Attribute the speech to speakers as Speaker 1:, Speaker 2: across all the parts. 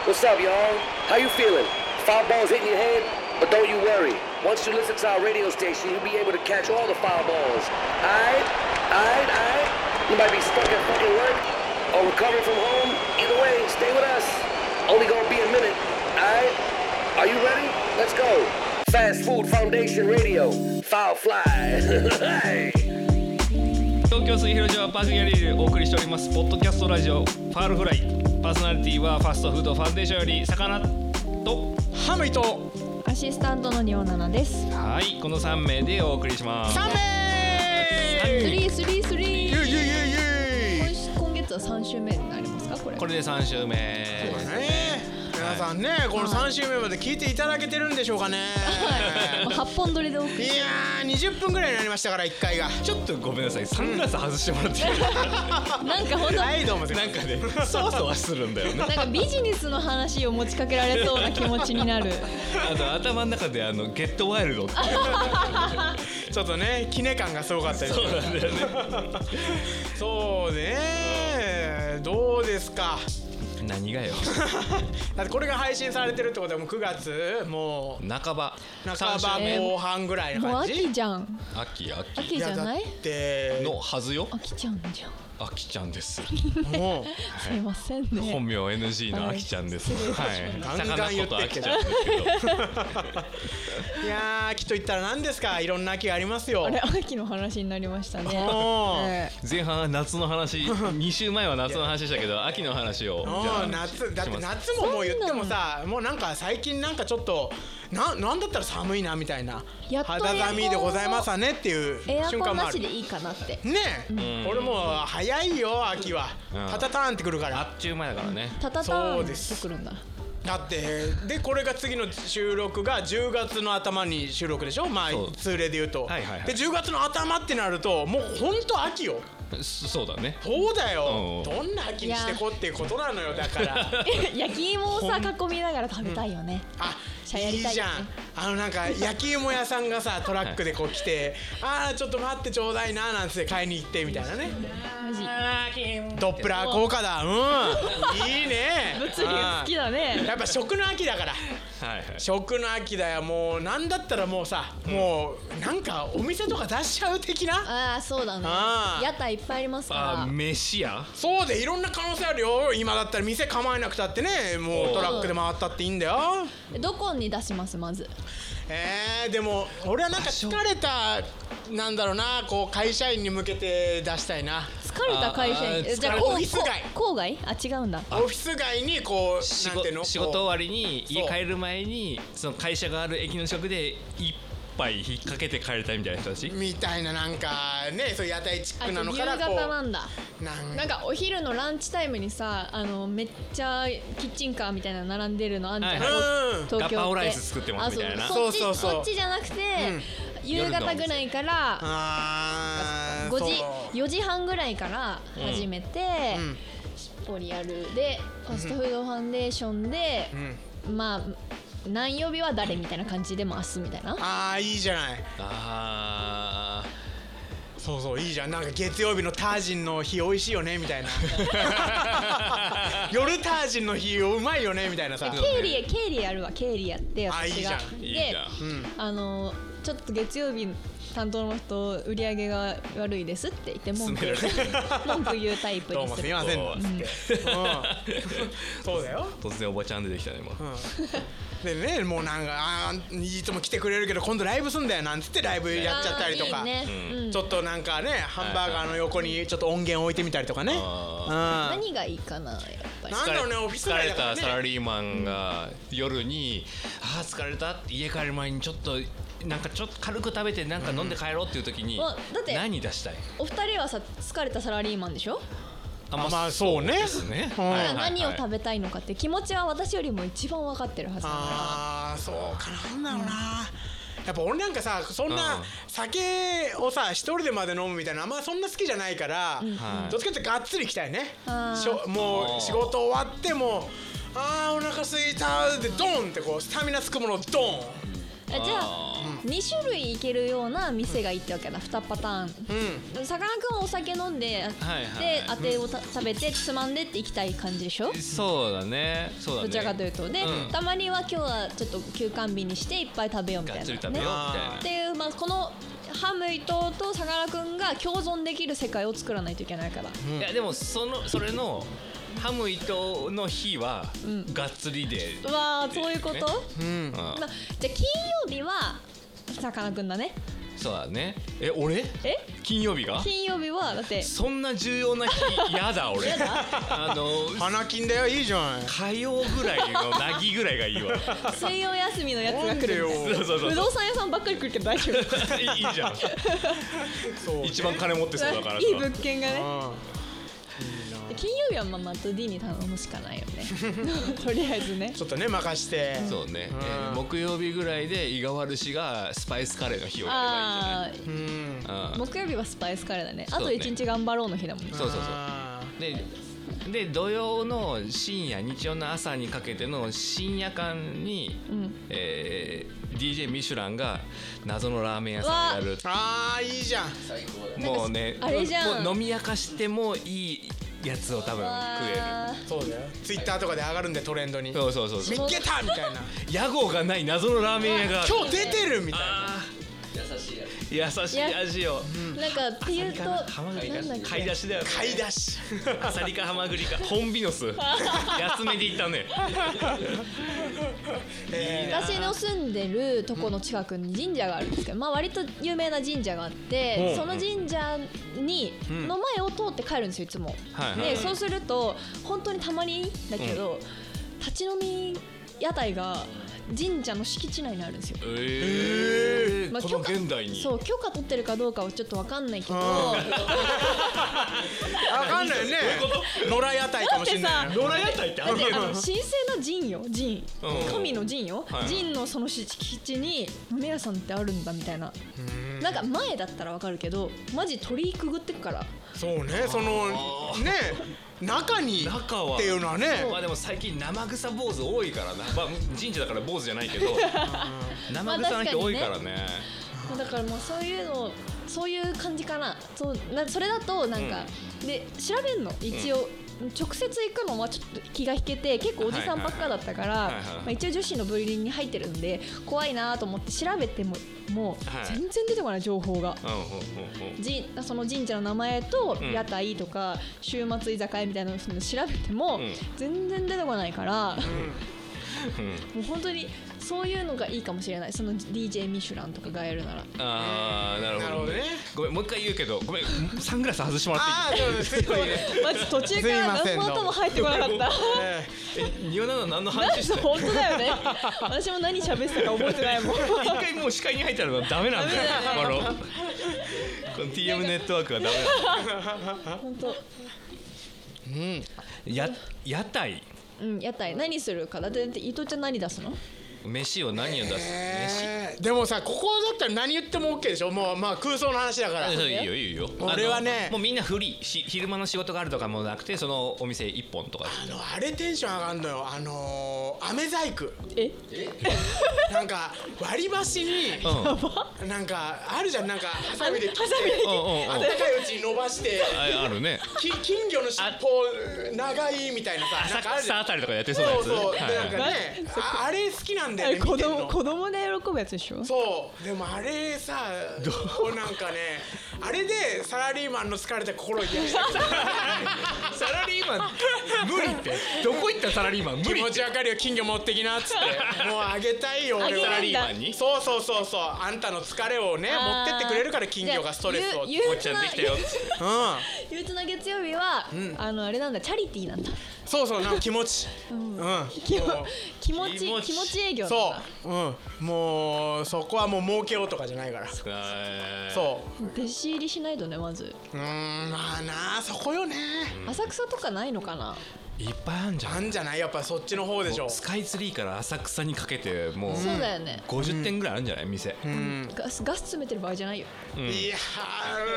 Speaker 1: What's up, y'all? How you feeling? Foul balls hitting your head? But don't you worry. Once you listen to our radio station, you'll be able to catch all the foul balls. Aight? Aight? Aight? You might be stuck at fucking work or recovering from home. Either way, stay with us. Only gonna be a minute. Aight? Are you ready? Let's go. Fast Food Foundation Radio. Foul Fly. hey.
Speaker 2: 東京水広町パークギャリーでお送りしておりますポッドキャストラジオファールフライパーソナリティはファストフードファンデーションより魚とハムイと
Speaker 3: アシスタントのリオナナです。
Speaker 2: はいこの3名でお送りします
Speaker 4: 三
Speaker 3: ス
Speaker 4: 名
Speaker 3: リースリースリ
Speaker 4: ゆ
Speaker 3: ー。
Speaker 4: いゆいゆい
Speaker 3: 今
Speaker 4: ゆい
Speaker 3: 週今月は三週目になりますかこれ。
Speaker 2: これで3週目です
Speaker 4: ね皆さんねこの3週目まで聞いていただけてるんでしょうかね
Speaker 3: はい。もう八本撮りでお送
Speaker 4: い
Speaker 3: り。
Speaker 4: やー20分ぐらいになりましたから1回が
Speaker 2: ちょっとごめんなさいサングラス外してもらっていい
Speaker 3: なんか本当
Speaker 4: はいどうも
Speaker 2: なんかねそわそわするんだよね
Speaker 3: なんかビジネスの話を持ちかけられそうな気持ちに なる。
Speaker 2: あと頭の中であのゲットワイルドって
Speaker 4: ちょっとねキネ感がすごかったですそう
Speaker 2: なんだよね
Speaker 4: そうねどうですか
Speaker 2: 何がよ
Speaker 4: だってこれが配信されてるってことはもう9月も
Speaker 2: 半ば
Speaker 4: う半ば
Speaker 2: 三週
Speaker 4: 後半ぐらい
Speaker 3: も
Speaker 4: の
Speaker 3: う
Speaker 4: 感じ
Speaker 3: 秋じゃん。
Speaker 2: 秋秋
Speaker 3: 秋じゃない
Speaker 4: やだっ？て
Speaker 2: のはずよ
Speaker 3: 秋ちゃんじゃん。
Speaker 2: 秋ちゃんです
Speaker 4: もう
Speaker 3: すいませんね。
Speaker 2: 本名 NG のあきちゃんです。はい。
Speaker 4: ガンガン
Speaker 2: 魚
Speaker 4: 言
Speaker 2: ことあ
Speaker 4: ってっけ
Speaker 2: き
Speaker 4: ど
Speaker 2: ちゃんですけど。
Speaker 4: いやー秋と言ったら何ですかいろんな秋がありますよ
Speaker 3: あれ秋の話になりましたね。
Speaker 4: おー
Speaker 3: ええ
Speaker 2: 前半は夏の 話、2週前は夏の話でしたけど、秋の話を。じゃ
Speaker 4: う
Speaker 2: あ
Speaker 4: ん夏だって
Speaker 2: します
Speaker 4: 夏ももう言ってもさもうなんか最近なんかちょっとななんだったら寒いなみたいな
Speaker 3: やっと
Speaker 4: 肌寒いでございますわねっていう
Speaker 3: エア
Speaker 4: 瞬
Speaker 3: コ
Speaker 4: 間
Speaker 3: ン
Speaker 4: もあ
Speaker 3: な
Speaker 4: る
Speaker 3: しで
Speaker 4: ね
Speaker 3: いいかなって。
Speaker 4: え俺もう早いよ秋は
Speaker 2: うん
Speaker 4: タタターンってくるから
Speaker 2: あっちゅう前だからね。
Speaker 3: タタタ
Speaker 4: そ
Speaker 3: ー
Speaker 4: うで
Speaker 3: ンし
Speaker 4: す
Speaker 3: てくるんだ。
Speaker 4: だってでこれが次の収録が10月の頭に収録でしょま
Speaker 2: そう
Speaker 4: あ通例で言うと、
Speaker 2: はいはいはい
Speaker 4: で10月の頭ってなるともうほんと秋よ
Speaker 2: そそうだね。
Speaker 4: そうだよ
Speaker 2: うん
Speaker 4: どんな秋にしてこっていうことなのよだから
Speaker 3: 焼き芋をさ囲みながら食べたいよね。
Speaker 4: あ
Speaker 3: 茶や
Speaker 4: いい
Speaker 3: りたい
Speaker 4: じ
Speaker 3: よ
Speaker 4: ゃ
Speaker 3: ね
Speaker 4: んあのなんか焼き芋屋さんがさトラックでこう来て「ああちょっと待ってちょうだいな」なんつって買いに行ってみたいなね
Speaker 3: マジ。
Speaker 4: ドップラー効果だうんいいね
Speaker 3: 物理が好きだ
Speaker 4: うん
Speaker 3: ね。
Speaker 4: やっぱ食の秋だから
Speaker 2: はいはい。
Speaker 4: 食の秋だよもうなんだったらもうさ、もうなんかお店とか出しちゃう的な
Speaker 3: ああそうだね
Speaker 4: あ。ー
Speaker 3: 屋台いっぱいあります
Speaker 2: あ
Speaker 3: か
Speaker 2: ー、飯や。
Speaker 4: そうでいろんな可能性あるよ今だったら店構えなくたってねもうトラックで回ったっていいんだよ
Speaker 3: ら。どこに出しますまず。
Speaker 4: えー、でも俺はなんか疲れたなんだろうなこう会社員に向けて出したいな
Speaker 3: 疲れた会社
Speaker 2: あー
Speaker 3: に。じゃあ
Speaker 4: 疲れ
Speaker 3: こう
Speaker 4: オフィス街
Speaker 3: こう郊外？あ違うんだ。
Speaker 4: オフィス街にこう
Speaker 2: 仕
Speaker 4: なんていうの
Speaker 2: 事仕事終
Speaker 4: は
Speaker 2: わりに家帰る前にその会社がある駅の近くで一杯引っ掛けて帰りたいみたいな人たち
Speaker 4: みたいななんかねそういう屋台チッ
Speaker 3: あ
Speaker 4: ク
Speaker 3: 夕
Speaker 4: なのから
Speaker 3: 方
Speaker 4: こう
Speaker 3: なんだ。
Speaker 4: なん
Speaker 3: なんかお昼のランチタイムにさあのめっちゃキッチンカーみたいなの並んでるのあんじゃん。
Speaker 2: はいはい
Speaker 4: うん
Speaker 3: 東京って
Speaker 2: ガパオライス作ってますみたいな
Speaker 3: あそうそっち
Speaker 4: そうそうそう
Speaker 3: そっちじゃなくて、夕方ぐらいから
Speaker 4: あー
Speaker 3: 5時
Speaker 4: そう
Speaker 3: 4時半ぐらいから始めて、
Speaker 4: うん
Speaker 3: ポリアルでファストフードファンデーションで、
Speaker 4: うん
Speaker 3: まあ何曜日は誰みたいな感じでも明日みたいな
Speaker 4: ああいいじゃない
Speaker 2: あ
Speaker 4: そうそういいじゃんなんか月曜日のタージンの日美味しいよね みたいな夜タージンの日うまいよねみたいなさ
Speaker 3: 経理や経理やるわ経理やって
Speaker 4: あいい
Speaker 3: 私
Speaker 4: じゃ
Speaker 3: が
Speaker 4: ん
Speaker 2: ー
Speaker 3: で
Speaker 2: いいじゃん
Speaker 4: うん
Speaker 3: あのちょっと月曜日担当の人売り上げが悪いですって言って文句
Speaker 2: 詰められ
Speaker 3: 文句言うタイプ
Speaker 4: ど
Speaker 3: で
Speaker 4: うも
Speaker 3: す
Speaker 4: すいませ んっつって、うん、そうだよ
Speaker 2: 突然おばちゃん出てきたね今
Speaker 4: うんでねもうなんかあーいつも来てくれるけど今度ライブすんだよなんつってライブやっちゃったりと
Speaker 3: あ
Speaker 4: か
Speaker 3: ーいいねうん
Speaker 4: ちょっとなんかねハンバーガーの横にちょっと音源置いてみたりとかね、うん、な
Speaker 3: 何がいいかなやっぱり
Speaker 4: なんだろうねオフィ
Speaker 2: 疲
Speaker 4: ス街
Speaker 2: れ
Speaker 4: だから
Speaker 2: たサラ
Speaker 4: ね
Speaker 2: リーマンが夜に「ああ疲れた」って家帰る前にちょっとなんかちょっと軽く食べてなんか飲んで帰ろうっていう時に
Speaker 3: うんあだって
Speaker 2: 何出したい
Speaker 3: お二人はさ疲れたサラリーマンでしょ、
Speaker 2: あ
Speaker 4: あまあそうね
Speaker 2: そうですね
Speaker 4: うん
Speaker 2: はいはいはい
Speaker 3: 何を食べたいのかって気持ちは私よりも一番分かってるはずだから
Speaker 4: あーそうかなんだろうなやっぱ俺なんかさそん
Speaker 2: う
Speaker 4: なん酒をさ一人でまで飲むみたいなあんまそんな好きじゃないから、
Speaker 2: はい
Speaker 4: どっちかっていうとがっつり来たいね
Speaker 3: あー
Speaker 4: しょも
Speaker 2: あー
Speaker 4: う仕事終わってもあーお腹すいたでドンってこうスタミナつくものをドン
Speaker 3: じゃあ2種類いけるような店がいいってわけだ2パターン
Speaker 4: うん
Speaker 3: さかなクンはお酒飲んで、
Speaker 2: はいはい
Speaker 3: で当てをた食べてつまんでっていきたい感じでしょ
Speaker 2: そうだねそうだね
Speaker 3: どちらかというとで、
Speaker 2: うん
Speaker 3: たまには今日はちょっと休館日にしていっぱい食べようみたい
Speaker 2: がっ
Speaker 3: な、
Speaker 2: つ
Speaker 3: ね、
Speaker 2: り食べようみ
Speaker 4: ね
Speaker 2: たいな
Speaker 3: っていう、まあ、このハムイトとさかなクンが共存できる世界を作らないといけないから
Speaker 2: いやでもそのそれのハム伊藤の日は
Speaker 3: ん
Speaker 2: がっつりで、
Speaker 3: うわーそういうこと、
Speaker 2: ね
Speaker 4: うん
Speaker 2: うん
Speaker 3: まあ、じゃあ金曜日はさかなクンだね
Speaker 2: そうだねえ俺
Speaker 3: え
Speaker 2: 金曜日が
Speaker 3: 金曜日はだって
Speaker 2: そんな重要な日やだ俺あの
Speaker 4: 花金だよいいじゃん
Speaker 2: 火曜ぐらいのなぎぐらいがいいわ
Speaker 3: 水曜休みのやつが来るみたい
Speaker 2: そうそうそ
Speaker 3: な
Speaker 2: う
Speaker 3: 不動産屋さんばっかり来るけど大丈夫
Speaker 2: いいいいじゃん
Speaker 4: そう
Speaker 2: 一番金持ってそうだからさ
Speaker 3: いい物件がね
Speaker 4: うん
Speaker 3: 金曜日はまあマット D に頼むしかないよ ねとりあえずね
Speaker 4: ちょっとね任して
Speaker 2: そうね、
Speaker 4: うん
Speaker 2: えー木曜日ぐらいで井川氏がスパイスカレーの日をやれば
Speaker 3: あ
Speaker 2: いいんじ
Speaker 4: うん
Speaker 2: ゃない、うん、
Speaker 3: 木曜日はスパイスカレーだねあ
Speaker 2: そう
Speaker 3: と
Speaker 2: ね
Speaker 3: 一日頑張ろうの日だもんね
Speaker 2: そうそうそう
Speaker 4: あー
Speaker 2: でで土曜の深夜日曜の朝にかけての深夜間に、
Speaker 3: うん
Speaker 2: えー DJ ミシュランが謎のラーメン屋さんをやる
Speaker 4: あーいいじゃん
Speaker 2: もうね
Speaker 3: あれじゃん
Speaker 2: もう飲み明かしてもいいやつを多分食え
Speaker 3: わ
Speaker 4: そうだよツイッターとかで上がるんでトレンドに
Speaker 2: るそうそうそうそう
Speaker 4: 見つけたみたいな
Speaker 2: 屋号がない謎のラーメン屋がある
Speaker 4: 今日出てるみたいな
Speaker 2: あー優しい味を
Speaker 3: ーなんかっていうと
Speaker 2: ハマグリ
Speaker 3: なんだっ
Speaker 2: か
Speaker 3: け
Speaker 2: 買い出しだよね
Speaker 4: 買い出 し
Speaker 2: アサリかハマグリかホンビノス安めで行ったね
Speaker 4: え
Speaker 3: 私の住んでるとこの近くに神社があるんですけど、まあ、割と有名な神社があってその神社にの前を通って帰るんですよいつも。
Speaker 2: はいはい
Speaker 3: でそうすると本当にたまにだけど、立ち飲み屋台が神社の敷地内にあるんですよ。
Speaker 2: ええ
Speaker 3: まあ
Speaker 2: この
Speaker 3: 許可
Speaker 2: 現代に
Speaker 3: そう許可取ってるかどうかはちょっとわかんないけど、
Speaker 4: ーわかんないよね野良屋台かもしれないよ
Speaker 2: 野良屋台ってあ
Speaker 3: であの神聖な神よ神、
Speaker 2: うん
Speaker 3: 神の神よ、
Speaker 2: はい
Speaker 3: 神のその敷地に飲み屋さんってあるんだみたいな、なんか前だったらわかるけどマジ鳥居くぐってくから
Speaker 4: そうねそのね中に
Speaker 2: 中は
Speaker 4: っていうのはね
Speaker 2: まあでも最近生臭坊主多いからな、まあ、神社だから坊主じゃないけど生臭な人多いからね,、
Speaker 3: だからもうそういうのそういう感じかなそうなそれだとなんか、で調べんの一応、直接行くのはちょっと気が引けて結構おじさんばっかだったから
Speaker 2: いはいはいはいはい
Speaker 3: まあ一応女子の部輪に入ってるんで怖いなと思って調べてももう
Speaker 2: はい
Speaker 3: 全然出てこない情報が。
Speaker 2: うんうんうんうん
Speaker 3: じその神社の名前と
Speaker 2: うん
Speaker 3: 屋台とか週末居酒屋みたいなのを調べても
Speaker 2: うん
Speaker 3: 全然出てこないから、
Speaker 2: うん
Speaker 3: もう本当にそういうのがいいかもしれないその DJ ミシュランとかがやるなら
Speaker 2: ああなる
Speaker 4: なる
Speaker 2: ほど
Speaker 4: ほど
Speaker 2: ね
Speaker 4: ね
Speaker 2: ごめんもう一回言うけどごめんサングラス外してもらっていい
Speaker 4: ああそうですすごいね
Speaker 3: まず途中から
Speaker 4: すい
Speaker 3: 何
Speaker 4: ま
Speaker 3: の
Speaker 4: せんどう
Speaker 3: 音
Speaker 4: も
Speaker 3: も入ってこなかった。
Speaker 4: え
Speaker 2: えニオナナ何の
Speaker 3: なん
Speaker 2: 話してる
Speaker 3: 本当だよね。私も何喋ってたか覚えてないもん。
Speaker 2: 一回もう視界に入ったらダメなんだよこのこの TM ネットワークがダメなんだよ
Speaker 3: 本当。
Speaker 4: ー
Speaker 2: や屋台
Speaker 3: うん、屋台何するかだってだって伊藤ちゃん何出すの？
Speaker 2: 飯を何を出す飯
Speaker 4: えーでもさここだったら何言っても OK でしょもうまあ空想の話だから
Speaker 2: あそういいよいいよ
Speaker 4: 俺はね
Speaker 2: あのもうみんなフリーし昼間の仕事があるとかもなくてそのお店一本とか
Speaker 4: あのあれテンション上がるのよあのー、飴細工
Speaker 3: え？
Speaker 4: なんか割り箸に
Speaker 2: うんあ
Speaker 4: なんかあるじゃんなんかハサミで切って
Speaker 2: うんうんうん
Speaker 4: あったかいうちに伸ばして
Speaker 2: あるね
Speaker 4: き金魚の尻尾長いみたいなさなんかあるじ
Speaker 2: 朝
Speaker 4: ゃん
Speaker 2: あたりとかやってそうなや
Speaker 4: そう
Speaker 2: つ
Speaker 4: そうで
Speaker 2: はい
Speaker 4: なんか
Speaker 2: はい
Speaker 4: ねああれ好きなんだ
Speaker 3: あ
Speaker 4: よ
Speaker 3: れ
Speaker 4: ね
Speaker 3: 子
Speaker 4: 見てん
Speaker 3: 供
Speaker 4: の
Speaker 3: 子供で喜ぶやつでしょ？
Speaker 4: そうでもあれさこうなんかねあれでサラリーマンの疲れた心を癒やしてくれる
Speaker 2: サラリーマン無理ってどこ行ったサラリーマン無
Speaker 4: 気
Speaker 2: 理っ
Speaker 4: 持
Speaker 2: て
Speaker 4: ちわかるよ金魚持ってきなっつってもうあげたいよ俺
Speaker 3: あげ
Speaker 4: は
Speaker 2: サラ
Speaker 3: る
Speaker 2: リー
Speaker 3: んだ
Speaker 2: マンに
Speaker 4: そうそうそうそうあんたの疲れをね
Speaker 3: あー
Speaker 4: 持ってってくれるから金魚がストレスを
Speaker 3: じゃあ
Speaker 2: おっちゃんできたよ
Speaker 4: うん
Speaker 3: 憂鬱な月曜日は、あのあれなんだチャリティーなんだ。
Speaker 4: そうそうなんか気持ちうん、
Speaker 3: 気も気持
Speaker 2: 気
Speaker 3: ち
Speaker 2: 持ち
Speaker 3: 気持ち営業なん
Speaker 4: そ
Speaker 3: だ。
Speaker 4: ううんもうそこはもう儲けようとかじゃないから
Speaker 2: そう
Speaker 4: そう
Speaker 3: 弟子入りしないとねまず。
Speaker 4: うーんまあなあそこよね
Speaker 3: 浅草とかないのかな？
Speaker 2: いっぱいあんじゃ
Speaker 4: あ
Speaker 2: ん
Speaker 4: んじゃないやっぱそっちの方でしょ
Speaker 2: スカイツリーから浅草にかけてもう
Speaker 3: そうだよね。
Speaker 2: 50店ぐらいあるんじゃない店
Speaker 4: うん
Speaker 3: ガスガス詰めてる場合じゃ ないよ。
Speaker 4: いや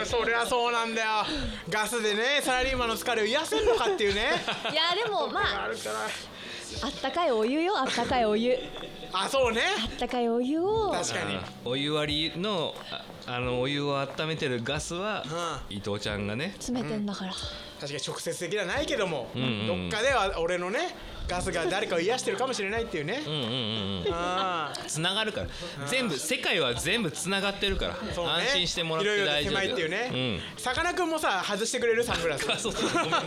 Speaker 4: ーそりゃそうなんだよ ガスでねサラリーマンの疲れを癒せるのかっていうね
Speaker 3: いやでもまあ
Speaker 4: あるから
Speaker 3: あったかいお湯よあったかいお湯あ
Speaker 4: あそうね
Speaker 3: ったかいお湯を
Speaker 4: 確かに
Speaker 2: あーお湯割りのああのお湯を温めてるガスは
Speaker 4: う
Speaker 2: 伊藤ちゃんがね
Speaker 3: 詰めてんだから、
Speaker 4: 確かに直接的ではないけども、
Speaker 2: んうんうん
Speaker 4: どっかでは俺のねガスが誰かを癒してるかもしれないっていうね、
Speaker 2: うんうんうんうん
Speaker 4: ああ
Speaker 2: つながるから全部世界は全部つながってるから、
Speaker 4: そうね
Speaker 2: 安心してもらって大丈夫
Speaker 4: いろいろ狭いっていうね、さかなクンもさ外してくれるサングラス
Speaker 2: うん、あそうそう ごめんね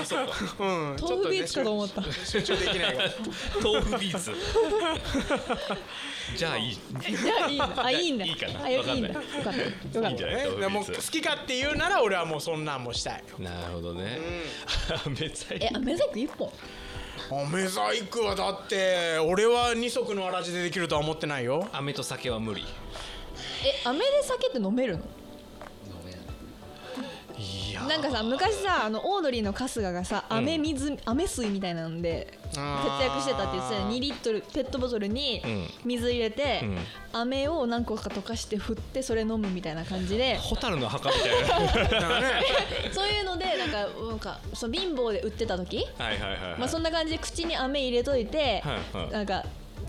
Speaker 2: あそうか
Speaker 4: うん
Speaker 3: 豆腐ビーツかと思った、
Speaker 4: 集中できないから
Speaker 2: 豆腐ビーツ じゃあいい
Speaker 3: い やいいのあいいんだ
Speaker 2: いいかな
Speaker 3: あいい
Speaker 2: わかん
Speaker 3: ん
Speaker 2: な
Speaker 3: だ
Speaker 2: い
Speaker 3: よかったよか
Speaker 2: いい
Speaker 3: っ
Speaker 2: んじ
Speaker 3: た
Speaker 2: ゃない
Speaker 4: ね
Speaker 2: 豆
Speaker 4: でも
Speaker 2: 腐
Speaker 4: う
Speaker 2: ビ
Speaker 4: 好
Speaker 2: ーツ
Speaker 4: きかって言うなら俺はもうそんなんもしたい
Speaker 2: なるほどね、あ めちゃいい
Speaker 3: えあ目細工一本
Speaker 4: あメ細工はだって俺は二足のわらじでできるとは思ってない よ
Speaker 2: 飴と酒は無理
Speaker 3: え飴で酒って飲めるの
Speaker 2: いや
Speaker 3: なんかさ昔さあのオードリーの春日がさ飴水、飴水みたいなので節
Speaker 4: あー
Speaker 3: 約してたって言ってたよ2リットルペットボトルに
Speaker 2: うん
Speaker 3: 水入れて、
Speaker 2: うん
Speaker 3: 飴を何個か溶かして振ってそれ飲むみたいな感じ で
Speaker 2: 蛍の墓みたいな
Speaker 4: だからね
Speaker 3: そういうのでなんかなんかその貧乏で売ってた時、
Speaker 2: はいはいはい、はい
Speaker 3: まあ、そんな感じで口に飴入れといて、
Speaker 2: はいはい
Speaker 3: なんか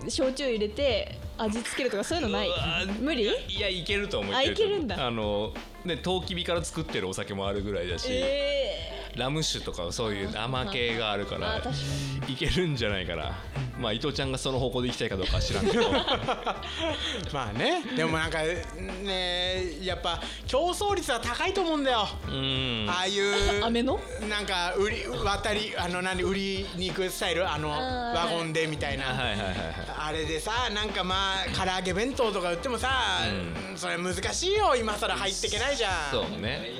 Speaker 3: 焼酎入れて味付けるとかそういうのないう
Speaker 2: わー
Speaker 3: 無理
Speaker 2: いやいけると思う
Speaker 3: あ
Speaker 2: と思う
Speaker 3: いけるんだ
Speaker 2: あのねとうきびから作ってるお酒もあるぐらいだし、
Speaker 3: え
Speaker 2: ラム酒とかそういう甘系があるか
Speaker 3: あ
Speaker 2: ら
Speaker 3: ー確か
Speaker 2: いけるんじゃないかなまあ伊藤ちゃんがその方向で行きたいかどうかは知らんけ ど
Speaker 4: まあねでもなんかねやっぱ競争率は高いと思うんだよ
Speaker 2: うん
Speaker 4: ああいう
Speaker 3: 飴の
Speaker 4: なんか売り渡りあの何売りに行くスタイルあの
Speaker 3: あー
Speaker 4: ワゴンでみたいな、
Speaker 2: はいはいはいはい
Speaker 4: あれでさなんかまあ唐揚げ弁当とか売ってもさ、それ難しいよ今更入ってけないじゃん
Speaker 2: そうね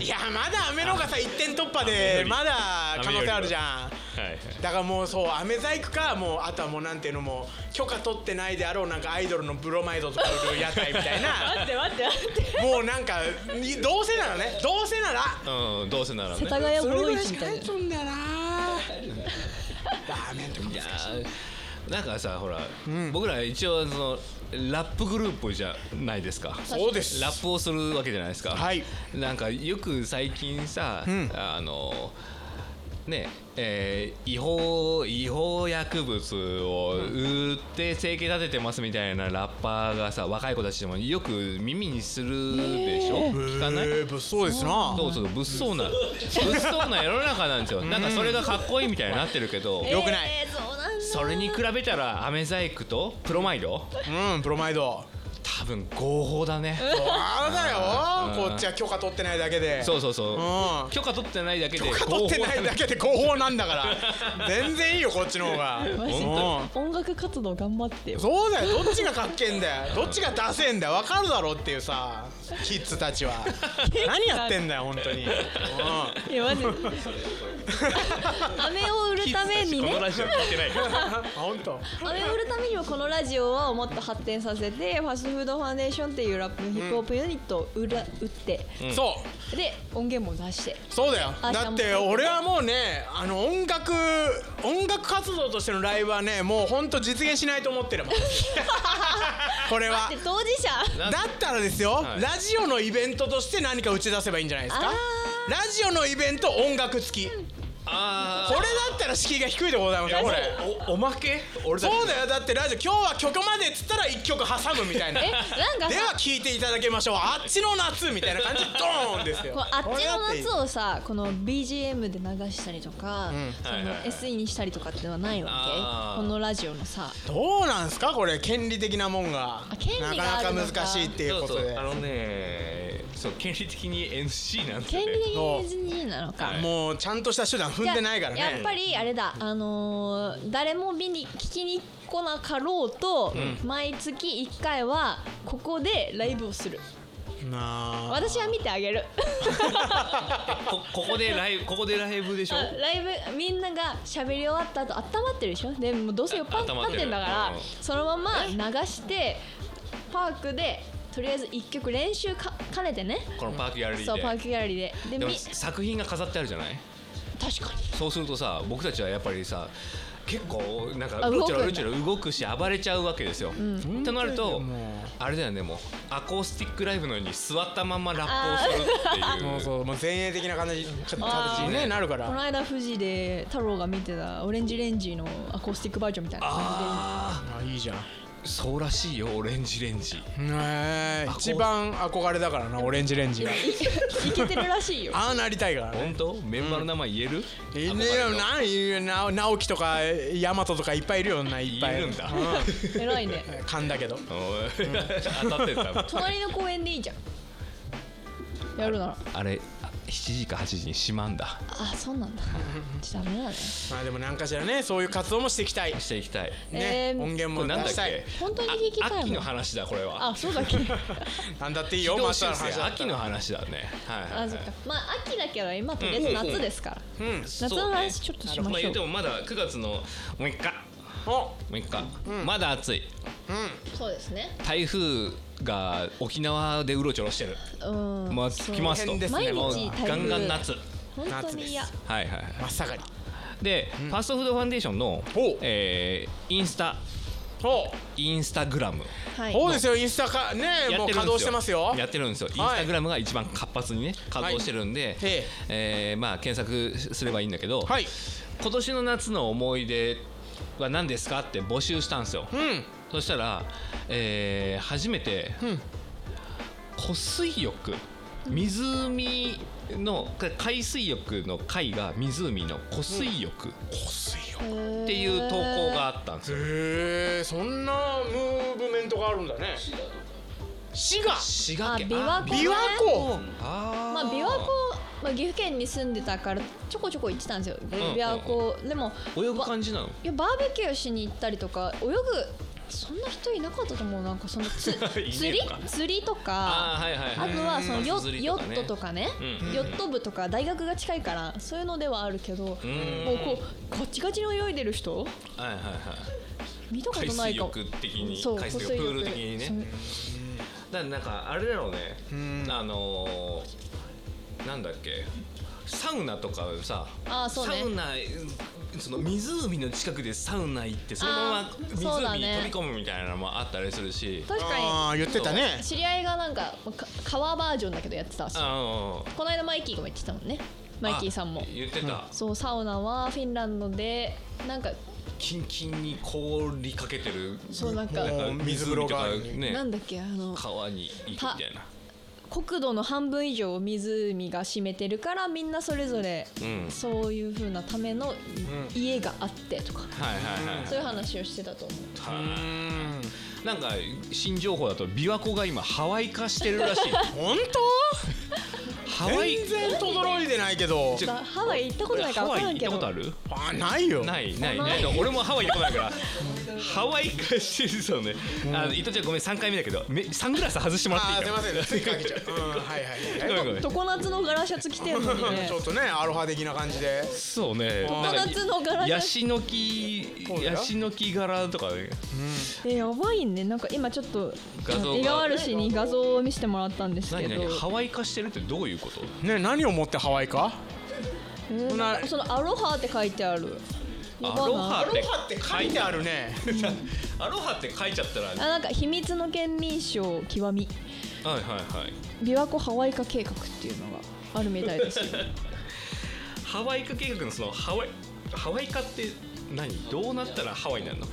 Speaker 4: いやまだアメの方がさ一点突破で
Speaker 2: り
Speaker 4: まだ可能性あるじゃん
Speaker 2: はいはい
Speaker 4: だからもうそうアメ細工かもうあとはもうなんていうのもう許可取ってないであろうなんかアイドルのブロマイドとか売る屋台みたいな
Speaker 3: 待って待って待って
Speaker 4: もうなんかにどうせならねどうせなら
Speaker 2: うん、どうせならね
Speaker 3: 世田谷
Speaker 4: そ
Speaker 3: ブ
Speaker 4: れ
Speaker 3: ロ
Speaker 4: ぐ
Speaker 3: イ
Speaker 4: らい
Speaker 3: チ
Speaker 4: し
Speaker 3: み
Speaker 4: か
Speaker 3: た
Speaker 4: ないい
Speaker 3: な
Speaker 4: とんだよなラーメンとかも
Speaker 2: いやーなんかさほら、僕ら一応そのラップグループじゃないですか
Speaker 4: そうです
Speaker 2: ラップをするわけじゃないですか
Speaker 4: はい
Speaker 2: なんかよく最近さ、
Speaker 4: ん
Speaker 2: あのねえー違法違法薬物を売って生計立ててますみたいなラッパーがさ若い子たちでもよく耳にするでしょ、聞かない
Speaker 4: えー、物騒ですな
Speaker 2: そうそう物騒な物騒な世の中なんですよなんかそれがかっこいいみたいになってるけど、
Speaker 4: よくない
Speaker 3: えー、そうなんだ
Speaker 2: それに比べたらアメ細工とプロマイド
Speaker 4: うんプロマイド
Speaker 2: 多分合法だね
Speaker 4: そうだよこっちは許可取ってないだけで
Speaker 2: そう
Speaker 4: う
Speaker 2: そうそう
Speaker 4: うん
Speaker 2: 許可取ってないだけで
Speaker 4: 許可取ってないだけで合法なんだから 全然いいよこっちの方が
Speaker 3: マジ
Speaker 4: うん
Speaker 3: 音楽活動頑張ってよ
Speaker 4: そうだよどっちがかっけえんだよどっちがダセえんだよ分かるだろっていうさキッズた ちは何やってんだよ本当にう
Speaker 3: いやマジ飴を売るためにね
Speaker 2: このラジオ聞いてないから
Speaker 4: んあ本当
Speaker 3: 飴を売るためにもこのラジオはもっと発展させてファストフードファンデーションっていうラップヒップホップユニットを売ら売って
Speaker 2: うん
Speaker 4: そう
Speaker 3: で音源も出して
Speaker 4: そうだよ
Speaker 3: あ
Speaker 4: だって俺はもうねあの音楽音楽活動としてのライブはねもうほんと実現しないと思ってるもんこれは
Speaker 3: で当事者
Speaker 4: だったらですよ、
Speaker 2: はい
Speaker 4: ラジオのイベントとして何か打ち出せばいいんじゃないですか
Speaker 3: あ
Speaker 4: ラジオのイベント音楽付きこ
Speaker 2: あ
Speaker 4: れだったら敷居が低いでございますよこれ
Speaker 2: れおおまけ俺たち
Speaker 4: そうだよだってラジオ今日は曲までっつったら1曲挟むみたいな
Speaker 3: え
Speaker 4: で
Speaker 3: なんか
Speaker 4: は
Speaker 3: さ
Speaker 4: 聴いていただきましょうあっちの夏みたいな感じでドーンですよ
Speaker 3: こうあっちの夏
Speaker 4: を
Speaker 3: をさこの BGM で流したりとか、そ
Speaker 2: はいはい
Speaker 3: の
Speaker 2: はい
Speaker 3: SE にしたりとかってのはないわ
Speaker 2: あー
Speaker 3: けこのラジオのさ
Speaker 4: どうなんすかこれ権利的なもんが
Speaker 3: あ権利があるのか
Speaker 4: なかなか難しいっていうこ
Speaker 2: そ
Speaker 4: と
Speaker 2: うそ
Speaker 4: で
Speaker 2: うあのねそう権利的に NC なんです
Speaker 3: 権
Speaker 2: よね
Speaker 3: 利的に NG なのか、
Speaker 2: はい
Speaker 4: もうちゃんとした手段踏んでないからね
Speaker 3: ややっぱりあれだあのー誰も見に聞きに来なかろうと、毎月1回はここでライブをする
Speaker 4: なあ
Speaker 3: 私は見てあげる
Speaker 2: こここでライブここでライブでしょ
Speaker 3: ライブみんなが喋り終わった後温まってるでしょでもうどうせ酔っ払
Speaker 2: 温まっ
Speaker 3: って
Speaker 2: る
Speaker 3: てんだから
Speaker 2: うん
Speaker 3: そのまま流してパークでとりあえず1曲練習か兼ねてね
Speaker 2: このパークギャラリーで
Speaker 3: そうパークギャラリーでで
Speaker 2: でも
Speaker 3: み
Speaker 2: 作品が飾ってあるじゃない
Speaker 3: 確かに
Speaker 2: そうするとさ僕たちはやっぱりさ結構なんか
Speaker 3: あ
Speaker 2: うろちょろうろ
Speaker 3: 動くん
Speaker 2: ち
Speaker 3: だ
Speaker 2: ょろ動くし暴れちゃうわけですよ、
Speaker 4: ん
Speaker 2: となると
Speaker 4: 本当だよもう
Speaker 2: あれだよねもうアコースティックライブのように座ったままラップをするって いう
Speaker 4: もうそうもう前衛的な感じ形
Speaker 3: あー
Speaker 4: にねなるか
Speaker 3: この
Speaker 4: ら
Speaker 3: 間富士で太郎が見てたオレンジレンジのアコースティックバージョンみたいな感
Speaker 2: あ
Speaker 4: あいいじゃん
Speaker 2: ーそうらしいよオレンジレンジ
Speaker 4: ねえ
Speaker 2: あこう
Speaker 4: 一番憧れだからなオレンジレンジが
Speaker 3: じでいいけてるらしい よ
Speaker 4: ああなりたいからね
Speaker 2: 本当メンバーの名前言える、
Speaker 4: い
Speaker 2: 憧
Speaker 4: る
Speaker 2: れ
Speaker 4: よ
Speaker 2: の
Speaker 4: ないな直樹とか大和とかいっぱいいるよないっぱ
Speaker 2: い
Speaker 4: い
Speaker 2: るんだ
Speaker 4: う
Speaker 3: 偉いね
Speaker 4: ん勘だけど
Speaker 2: おい当たってた
Speaker 3: 隣の公園でいいじゃんやるなら
Speaker 2: あれあ7時か8時に閉まんだ
Speaker 3: あそうなんだちょっとダメだね
Speaker 4: まあでも何かしらねそういう活動もしていきたい
Speaker 2: していきたい
Speaker 4: ね
Speaker 3: えー
Speaker 4: 音源
Speaker 2: こ
Speaker 4: も
Speaker 2: れなん
Speaker 4: 出
Speaker 2: だっ
Speaker 4: したい
Speaker 2: け
Speaker 3: 本当に聞きたいもん
Speaker 2: あ秋の話だこれは
Speaker 3: あそうだっけ
Speaker 4: なんだっていいよ
Speaker 2: 軌道
Speaker 4: マスター
Speaker 2: 修
Speaker 4: の
Speaker 2: 正
Speaker 4: 話だ
Speaker 2: 秋の話だねはいはい、はい、
Speaker 3: あそっかまあ秋だけど今とりあえず夏ですから
Speaker 4: うん
Speaker 3: 夏の話ちょっとしましょう
Speaker 2: まあ言ってもまだ9月のもう一回
Speaker 4: お
Speaker 2: もう一回、まだ暑い
Speaker 3: そうですね
Speaker 2: 台風が沖縄でうろちょろしてる、
Speaker 3: うん
Speaker 2: まあ
Speaker 3: そう
Speaker 2: 来ますと
Speaker 4: 大変ですね
Speaker 3: 毎
Speaker 2: もう
Speaker 3: 日台風
Speaker 2: ガンガン夏
Speaker 3: 本当に嫌
Speaker 4: 夏
Speaker 2: はいはいはい
Speaker 4: 真っ盛り
Speaker 2: で、ファーストフードファンデーションの
Speaker 4: ほう、
Speaker 2: えーインスタ
Speaker 4: ほ
Speaker 2: インスタグラム
Speaker 3: はい
Speaker 4: そうですよインスタかね
Speaker 2: や
Speaker 4: も
Speaker 2: っ
Speaker 4: う
Speaker 2: てるんですよ
Speaker 4: 稼働してますよ
Speaker 2: やってるんですよインスタグラムが一番活発にね稼働してるんで、
Speaker 4: え
Speaker 2: えーまあ検索すればいいんだけど、
Speaker 4: はい
Speaker 2: 今年の夏の思い出は何ですかって募集したんですよ、
Speaker 4: うん
Speaker 2: そしたら、えー初めて、
Speaker 4: ん
Speaker 2: 湖水浴湖の海水浴の海が湖の湖水浴っ
Speaker 4: 湖水よ
Speaker 2: ていう投稿があったんですよ、
Speaker 4: へえそんなムーブメントがあるんだね滋賀
Speaker 2: 滋
Speaker 3: あ
Speaker 2: 賀県
Speaker 3: 琵琶湖ね
Speaker 4: 琵琶湖
Speaker 2: あ
Speaker 3: まあ
Speaker 2: ー
Speaker 3: 琵琶湖まあ岐阜県に住んでたからちょこちょこ行ってたんですよ琵琶湖でも
Speaker 2: 泳ぐ感じなの
Speaker 3: いやバーベキューしに行ったりとか泳ぐそんな人いなかったと思うなんかそのつ釣 り
Speaker 2: いねえのか
Speaker 3: 釣りと
Speaker 2: あ
Speaker 3: か
Speaker 2: ーはいはい
Speaker 3: あ
Speaker 2: はい
Speaker 3: とはそのヨ
Speaker 2: 釣りと
Speaker 3: ヨ
Speaker 2: かね
Speaker 3: ットとかね、
Speaker 2: うん
Speaker 3: ヨット部とか大学が近いからそういうのではあるけど、
Speaker 2: ん
Speaker 3: もうこうガチガチに泳いでる人
Speaker 2: はいはいはい
Speaker 3: 見たこ
Speaker 2: 海
Speaker 3: とな
Speaker 2: 水
Speaker 3: いかも
Speaker 2: 浴的に
Speaker 3: そう
Speaker 2: 海水
Speaker 3: 湖
Speaker 2: 浴プ
Speaker 3: 水
Speaker 2: ール
Speaker 3: 浴
Speaker 2: 的にね
Speaker 3: そう
Speaker 2: だからなんかあれだろうね、
Speaker 4: ん
Speaker 2: あのー、なんだっけサウナとかさ
Speaker 3: あーそうね
Speaker 2: サウナうんその湖の近くでサウナ行ってそのまま
Speaker 3: あーそうだ
Speaker 2: 湖に
Speaker 3: ね
Speaker 2: 飛び込むみたいなのもあったりするし
Speaker 3: 確か
Speaker 4: ああ言ってたね
Speaker 3: に知り合いがなんかか川バージョンだけどやってたし
Speaker 2: あー
Speaker 3: この間マイキーがも言ってたもんねマイキーさんも
Speaker 2: あ言ってた、
Speaker 3: そうサウナはフィンランドでなんか
Speaker 2: キンキンに凍りかけてる
Speaker 3: そうなんか
Speaker 2: なんか
Speaker 4: 水風
Speaker 2: 湖
Speaker 4: 呂
Speaker 2: と
Speaker 4: が
Speaker 2: か
Speaker 4: あるに
Speaker 2: ね
Speaker 3: なんだっけあの
Speaker 2: 川に行くみたいな
Speaker 3: 国土の半分以上を湖が占めてるからみんなそれぞれ
Speaker 2: うん
Speaker 3: そういう風なための家があってとか、
Speaker 2: はいはいはい
Speaker 3: そういう話をしてたと思う
Speaker 2: は
Speaker 4: う
Speaker 2: い
Speaker 4: ん
Speaker 2: なんか新情報だと琵琶湖が今ハワイ化してるらしい
Speaker 4: 本
Speaker 2: ハ
Speaker 4: 当
Speaker 2: ワイ
Speaker 4: 全然とどろいでないけど
Speaker 2: ちょ
Speaker 3: だハワイ行ったことないから分からんけど
Speaker 2: ハワイ行ったこ
Speaker 4: あないよ
Speaker 2: とあるないない
Speaker 3: な
Speaker 2: ないい俺もハワイ行ったことないからハワイ化してるそうねあの伊藤ちゃんごめん3回目だけどめサングラス外してもら
Speaker 4: あ
Speaker 2: っ
Speaker 4: ー
Speaker 2: て
Speaker 4: す
Speaker 2: い
Speaker 4: い
Speaker 2: いか
Speaker 4: ませんついかけちゃう うんはいはい
Speaker 2: ご
Speaker 4: は
Speaker 2: めんごめん
Speaker 3: 常夏のガラシャツ着てるのに
Speaker 4: い
Speaker 3: ね
Speaker 4: ちょっとねアロハ的な感じで
Speaker 2: そうね
Speaker 4: ー
Speaker 2: なんか
Speaker 3: 常夏の柄
Speaker 2: ヤシの木
Speaker 4: そうだよ
Speaker 2: ヤシの木柄とかね
Speaker 3: えやばいねなんか今ちょっと
Speaker 2: 画像が
Speaker 3: 江川氏に画像を見せてもらったんですけ
Speaker 2: 何
Speaker 3: ど
Speaker 2: 何ハワイ化してるってどういうこと
Speaker 4: ね何を持ってハワイか
Speaker 3: えーなんかその「アロハ」って書いてある
Speaker 2: アロハ
Speaker 3: わかんない
Speaker 2: って
Speaker 4: って書いてあるね
Speaker 2: アロハって書いちゃったらはい
Speaker 3: あなんか「秘密の県民賞極み
Speaker 2: はいはい
Speaker 3: 琵琶湖ハワイ化計画」っていうのがあるみたいですよ
Speaker 2: ハワイ化計画のそのハワイハワイ化って何どうなったらハワイになるの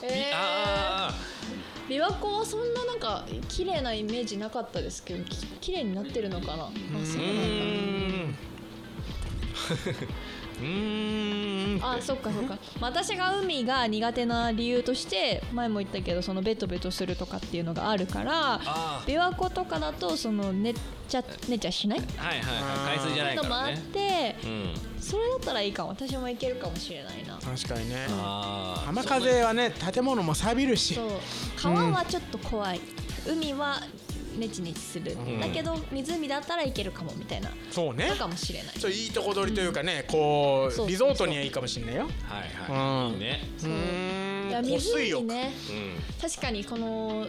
Speaker 3: えー
Speaker 2: あ
Speaker 3: 琵琶湖はそんななんか綺麗なイメージなかったですけどき綺麗になってるのかなあそう
Speaker 2: ーう
Speaker 3: な
Speaker 2: ー
Speaker 3: んだ
Speaker 2: んうーんって
Speaker 3: あそっかそっかまあ私が海が苦手な理由として前も言ったけどそのベトベトするとかっていうのがあるから
Speaker 2: あー
Speaker 3: 琵琶湖とかだとその寝ちゃ寝ちゃしないって
Speaker 2: はいはいはい海水じゃない
Speaker 3: の
Speaker 2: か
Speaker 3: も
Speaker 2: ら
Speaker 3: あっ
Speaker 2: ねう
Speaker 3: て
Speaker 2: ん
Speaker 3: それだったらいいかも私もいけるかもしれないな
Speaker 4: 確かにね
Speaker 2: あー
Speaker 4: 雨風はね建物も錆びるし
Speaker 3: そう川はちょっと怖い、海はネチネチする、
Speaker 2: ん
Speaker 3: だけど湖だったらいけるかもみたいな
Speaker 4: そうね
Speaker 3: のかもしれない
Speaker 4: ちょいいとこ取りというかね
Speaker 3: そ
Speaker 4: こ
Speaker 3: うそうそう
Speaker 4: うリゾートにはいいかもしれないよ
Speaker 2: はいはい
Speaker 4: うん
Speaker 2: いいね
Speaker 4: うーん
Speaker 3: いや
Speaker 4: 湖水
Speaker 3: 湖
Speaker 4: 浴
Speaker 3: ね
Speaker 2: うん
Speaker 3: 確かにこの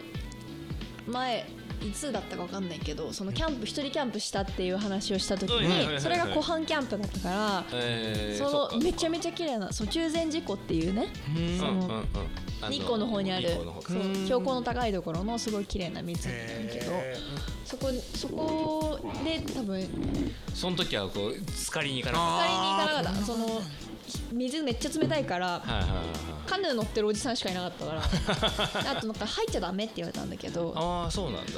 Speaker 3: 前いつだったかわかんないけどそのキャンプ一人キャンプしたっていう話をした時
Speaker 2: うんはいはいはいは
Speaker 3: に
Speaker 2: い
Speaker 3: それが湖畔キャンプだったから
Speaker 2: えーそ
Speaker 3: そ
Speaker 2: っか
Speaker 3: のめちゃめちゃ綺麗なそう中禅寺湖っていうねそ
Speaker 2: うんうんうん
Speaker 3: の
Speaker 2: あ
Speaker 3: 日光の方にある
Speaker 2: 日光の方か
Speaker 3: そう標高の高いところのすごい綺麗な湖なんだけど
Speaker 4: へ
Speaker 3: そこそこで多分
Speaker 2: その時はこう浸かりに行かなかっ
Speaker 3: 光に行
Speaker 4: あ
Speaker 3: かなかったその水めっちゃ冷たいから
Speaker 2: たはいはいはいはい
Speaker 3: カヌー乗ってるおじさんしかいなかったからあとなんか入っちゃダメって言われたんだけど
Speaker 2: ああそうなんだ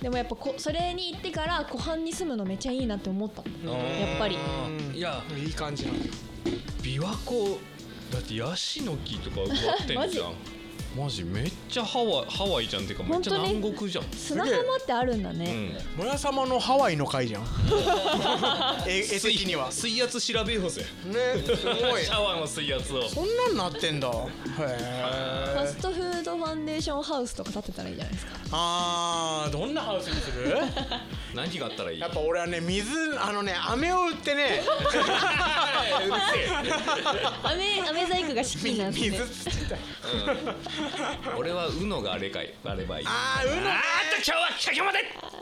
Speaker 3: でもやっぱこそれに行ってから湖畔に住むのめっちゃいいなって思ったのやっぱり
Speaker 4: うん
Speaker 2: いや
Speaker 4: いい感じなんだよ
Speaker 2: 琵琶湖だってヤシの木とか植わってんじゃんマジめっちゃハワイハワイじゃんっていうかめっちゃ
Speaker 3: 本当に
Speaker 2: 南国じゃん、
Speaker 3: 砂浜ってあるんだ
Speaker 2: う
Speaker 3: ね
Speaker 2: ん、
Speaker 4: 村様のハワイの会じゃんえ絵的には
Speaker 2: 水圧調べようぜ
Speaker 4: ねすごい
Speaker 2: シャワーの水圧を
Speaker 4: そんなんなってんだへ
Speaker 3: ファ
Speaker 4: え
Speaker 3: ストフードファンデーションハウスとか建てたらいいじゃないですか
Speaker 4: あーどんなハウスにする
Speaker 2: 何があったらいい
Speaker 4: やっぱ俺はね水あのね飴を売ってね
Speaker 3: 飴飴細工が好きなんですね
Speaker 4: 水つってた
Speaker 2: 俺はうのがあれかいあればいい
Speaker 4: あーうのね
Speaker 2: あーっと今日はここまで